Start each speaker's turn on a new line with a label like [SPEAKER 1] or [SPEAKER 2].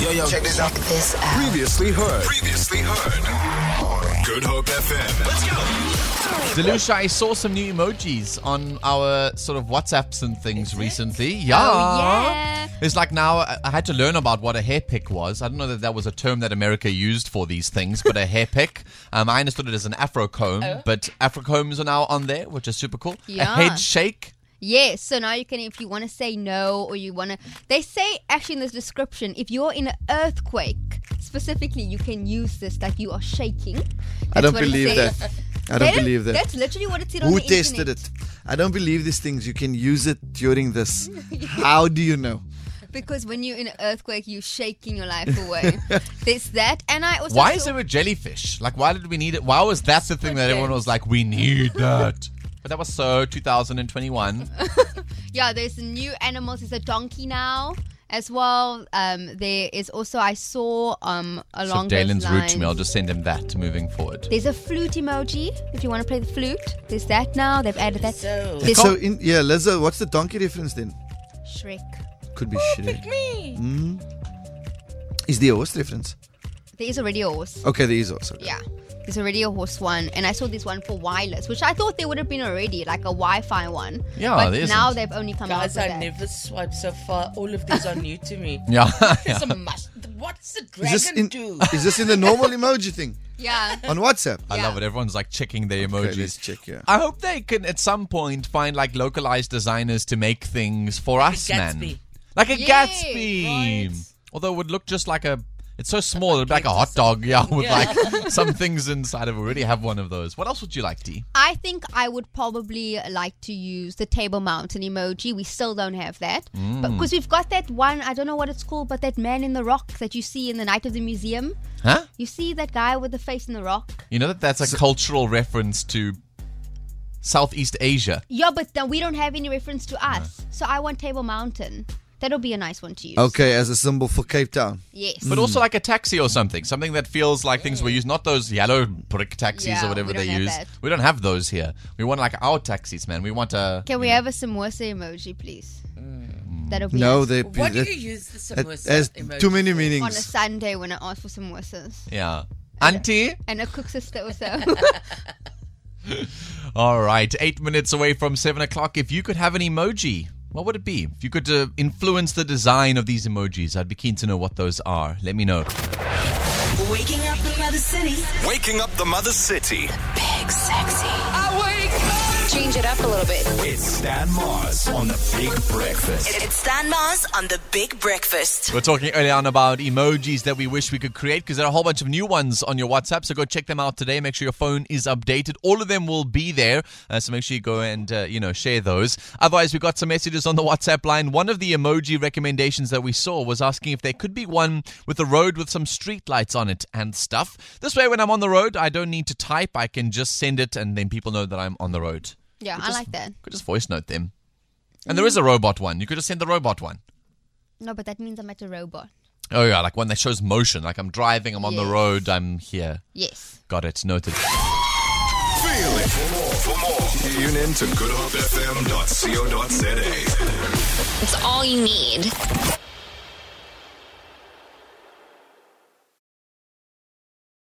[SPEAKER 1] Yo, yo.
[SPEAKER 2] Check this out.
[SPEAKER 3] This out.
[SPEAKER 1] Previously heard. Previously heard. Good Hope FM. Let's go.
[SPEAKER 4] Delusha, I saw some new emojis on our sort of WhatsApps and things recently. Yeah.
[SPEAKER 5] Oh, yeah.
[SPEAKER 4] It's like now I I had to learn about what a hair pick was. I don't know that that was a term that America used for these things, but a hair pick. Um, I understood it as an afro comb, but afro combs are now on there, which is super cool. A
[SPEAKER 5] Oh. Yeah.
[SPEAKER 4] head shake.
[SPEAKER 5] Yes, so now you can, if you want to say no or you want to, they say actually in this description, if you're in an earthquake specifically, you can use this, like you are shaking.
[SPEAKER 2] I
[SPEAKER 5] That's
[SPEAKER 2] don't
[SPEAKER 5] what it
[SPEAKER 2] believe
[SPEAKER 5] says.
[SPEAKER 2] that. I
[SPEAKER 5] They
[SPEAKER 2] don't believe that.
[SPEAKER 5] That's literally what it said on
[SPEAKER 2] Who
[SPEAKER 5] the
[SPEAKER 2] tested
[SPEAKER 5] internet.
[SPEAKER 2] it? I don't believe these things. You can use it during this. How do you know?
[SPEAKER 5] Because when you're in an earthquake, you're shaking your life away. There's that, and I also
[SPEAKER 4] Why is
[SPEAKER 5] saw-
[SPEAKER 4] there a jellyfish? Like, why did we need it? Why was that the thing that everyone was like, we need that? But that was so 2021.
[SPEAKER 5] Yeah, there's new animals. There's a donkey now as well. Um, there is also I saw um
[SPEAKER 4] So
[SPEAKER 5] along
[SPEAKER 4] Dalen's
[SPEAKER 5] those
[SPEAKER 4] rude to me. I'll
[SPEAKER 5] lines.
[SPEAKER 4] just send him that moving forward.
[SPEAKER 5] There's a flute emoji if you want to play the flute. There's that now. They've added that.
[SPEAKER 3] So,
[SPEAKER 5] There's
[SPEAKER 2] So, in, yeah, Lizzo, what's the donkey reference then?
[SPEAKER 5] Shrek.
[SPEAKER 2] Could be Shrek. Mm. Is there a horse reference?
[SPEAKER 5] There is already a horse.
[SPEAKER 2] Okay, there is also.
[SPEAKER 5] Yeah. There's already a horse one, and I saw this one for wireless, which I thought there would have been already, like a Wi-Fi one.
[SPEAKER 4] Yeah,
[SPEAKER 5] but
[SPEAKER 4] there
[SPEAKER 5] now
[SPEAKER 4] isn't.
[SPEAKER 5] they've only come out with
[SPEAKER 3] guys, I
[SPEAKER 5] that.
[SPEAKER 3] never swiped so far. All of these are new to me.
[SPEAKER 4] Yeah.
[SPEAKER 3] It's a must. What's the
[SPEAKER 2] Is
[SPEAKER 3] dragon
[SPEAKER 2] this in
[SPEAKER 3] do?
[SPEAKER 2] is this in the normal emoji thing
[SPEAKER 5] Yeah,
[SPEAKER 2] on WhatsApp?
[SPEAKER 4] I
[SPEAKER 5] Yeah.
[SPEAKER 4] love it. Everyone's like checking their emojis.
[SPEAKER 2] let's check, yeah.
[SPEAKER 4] I hope they can at some point find like localized designers to make things for us, man.
[SPEAKER 3] Gatsby.
[SPEAKER 4] Like a
[SPEAKER 5] Yeah,
[SPEAKER 4] Gatsby.
[SPEAKER 3] right.
[SPEAKER 4] Although it would look just like a. It's so small. It'd be like a hot dog, yeah, with like some things inside of it. We already have one of those. What else would you like, Dee?
[SPEAKER 5] I think I would probably like to use the table mountain emoji. We still don't have that
[SPEAKER 4] Mm.
[SPEAKER 5] because we've got that one. I don't know what it's called, but that man in the rock that you see in the night of the museum.
[SPEAKER 4] Huh?
[SPEAKER 5] You see that guy with the face in the rock.
[SPEAKER 4] You know that that's a cultural reference to Southeast Asia.
[SPEAKER 5] Yeah, but then we don't have any reference to us. So I want Table Mountain. That'll be a nice one to use.
[SPEAKER 2] Okay, as a symbol for Cape Town.
[SPEAKER 5] Yes.
[SPEAKER 4] But also like a taxi or something, something that feels like things we use, not those yellow brick taxis
[SPEAKER 5] Yeah,
[SPEAKER 4] or whatever
[SPEAKER 5] we
[SPEAKER 4] they
[SPEAKER 5] don't have
[SPEAKER 4] use.
[SPEAKER 5] that.
[SPEAKER 4] We don't have those here. We want like our taxis, man. We want a.
[SPEAKER 5] Can we have a samosa emoji, please? That'll be
[SPEAKER 2] No,
[SPEAKER 5] nice.
[SPEAKER 2] they.
[SPEAKER 3] What do
[SPEAKER 2] that-
[SPEAKER 3] you use the
[SPEAKER 2] that
[SPEAKER 3] samosa
[SPEAKER 2] has
[SPEAKER 3] emoji
[SPEAKER 2] too many
[SPEAKER 3] for?
[SPEAKER 5] on a
[SPEAKER 2] meanings.
[SPEAKER 5] Sunday when I ask for samosas
[SPEAKER 4] Yeah. Auntie?
[SPEAKER 5] and a cook sister also.
[SPEAKER 4] All right. Eight minutes away from seven o'clock. If you could have an emoji, what would it be? If you could uh, influence the design of these emojis, I'd be keen to know what those are. Let me know.
[SPEAKER 6] Waking up the mother city.
[SPEAKER 1] Waking up the mother city.
[SPEAKER 6] Big sexy. I wake up. Change it up a little bit.
[SPEAKER 1] It's Stan Mars on the Big Breakfast.
[SPEAKER 6] It's Stan Mars on the Big Breakfast.
[SPEAKER 4] We're talking earlier on about emojis that we wish we could create because there are a whole bunch of new ones on your WhatsApp. So go check them out today. Make sure your phone is updated. All of them will be there. Uh, so make sure you go and uh, you know share those. Otherwise, we got some messages on the WhatsApp line. One of the emoji recommendations that we saw was asking if there could be one with a road with some street lights on it and stuff. This way, when I'm on the road, I don't need to type. I can just send it, and then people know that I'm on the road.
[SPEAKER 5] yeah, I like that.
[SPEAKER 4] Could just voice note them. And there is a robot one. You could just send the robot one.
[SPEAKER 5] No, but that means I'm at a robot.
[SPEAKER 4] Oh yeah, like one that shows motion. Like I'm driving, I'm on the
[SPEAKER 5] Yes.
[SPEAKER 4] road, I'm here.
[SPEAKER 5] Yes.
[SPEAKER 4] Got it. Noted.
[SPEAKER 1] Feel it. For more, for more, tune in to goodhopefm.co.za.
[SPEAKER 7] It's all you need.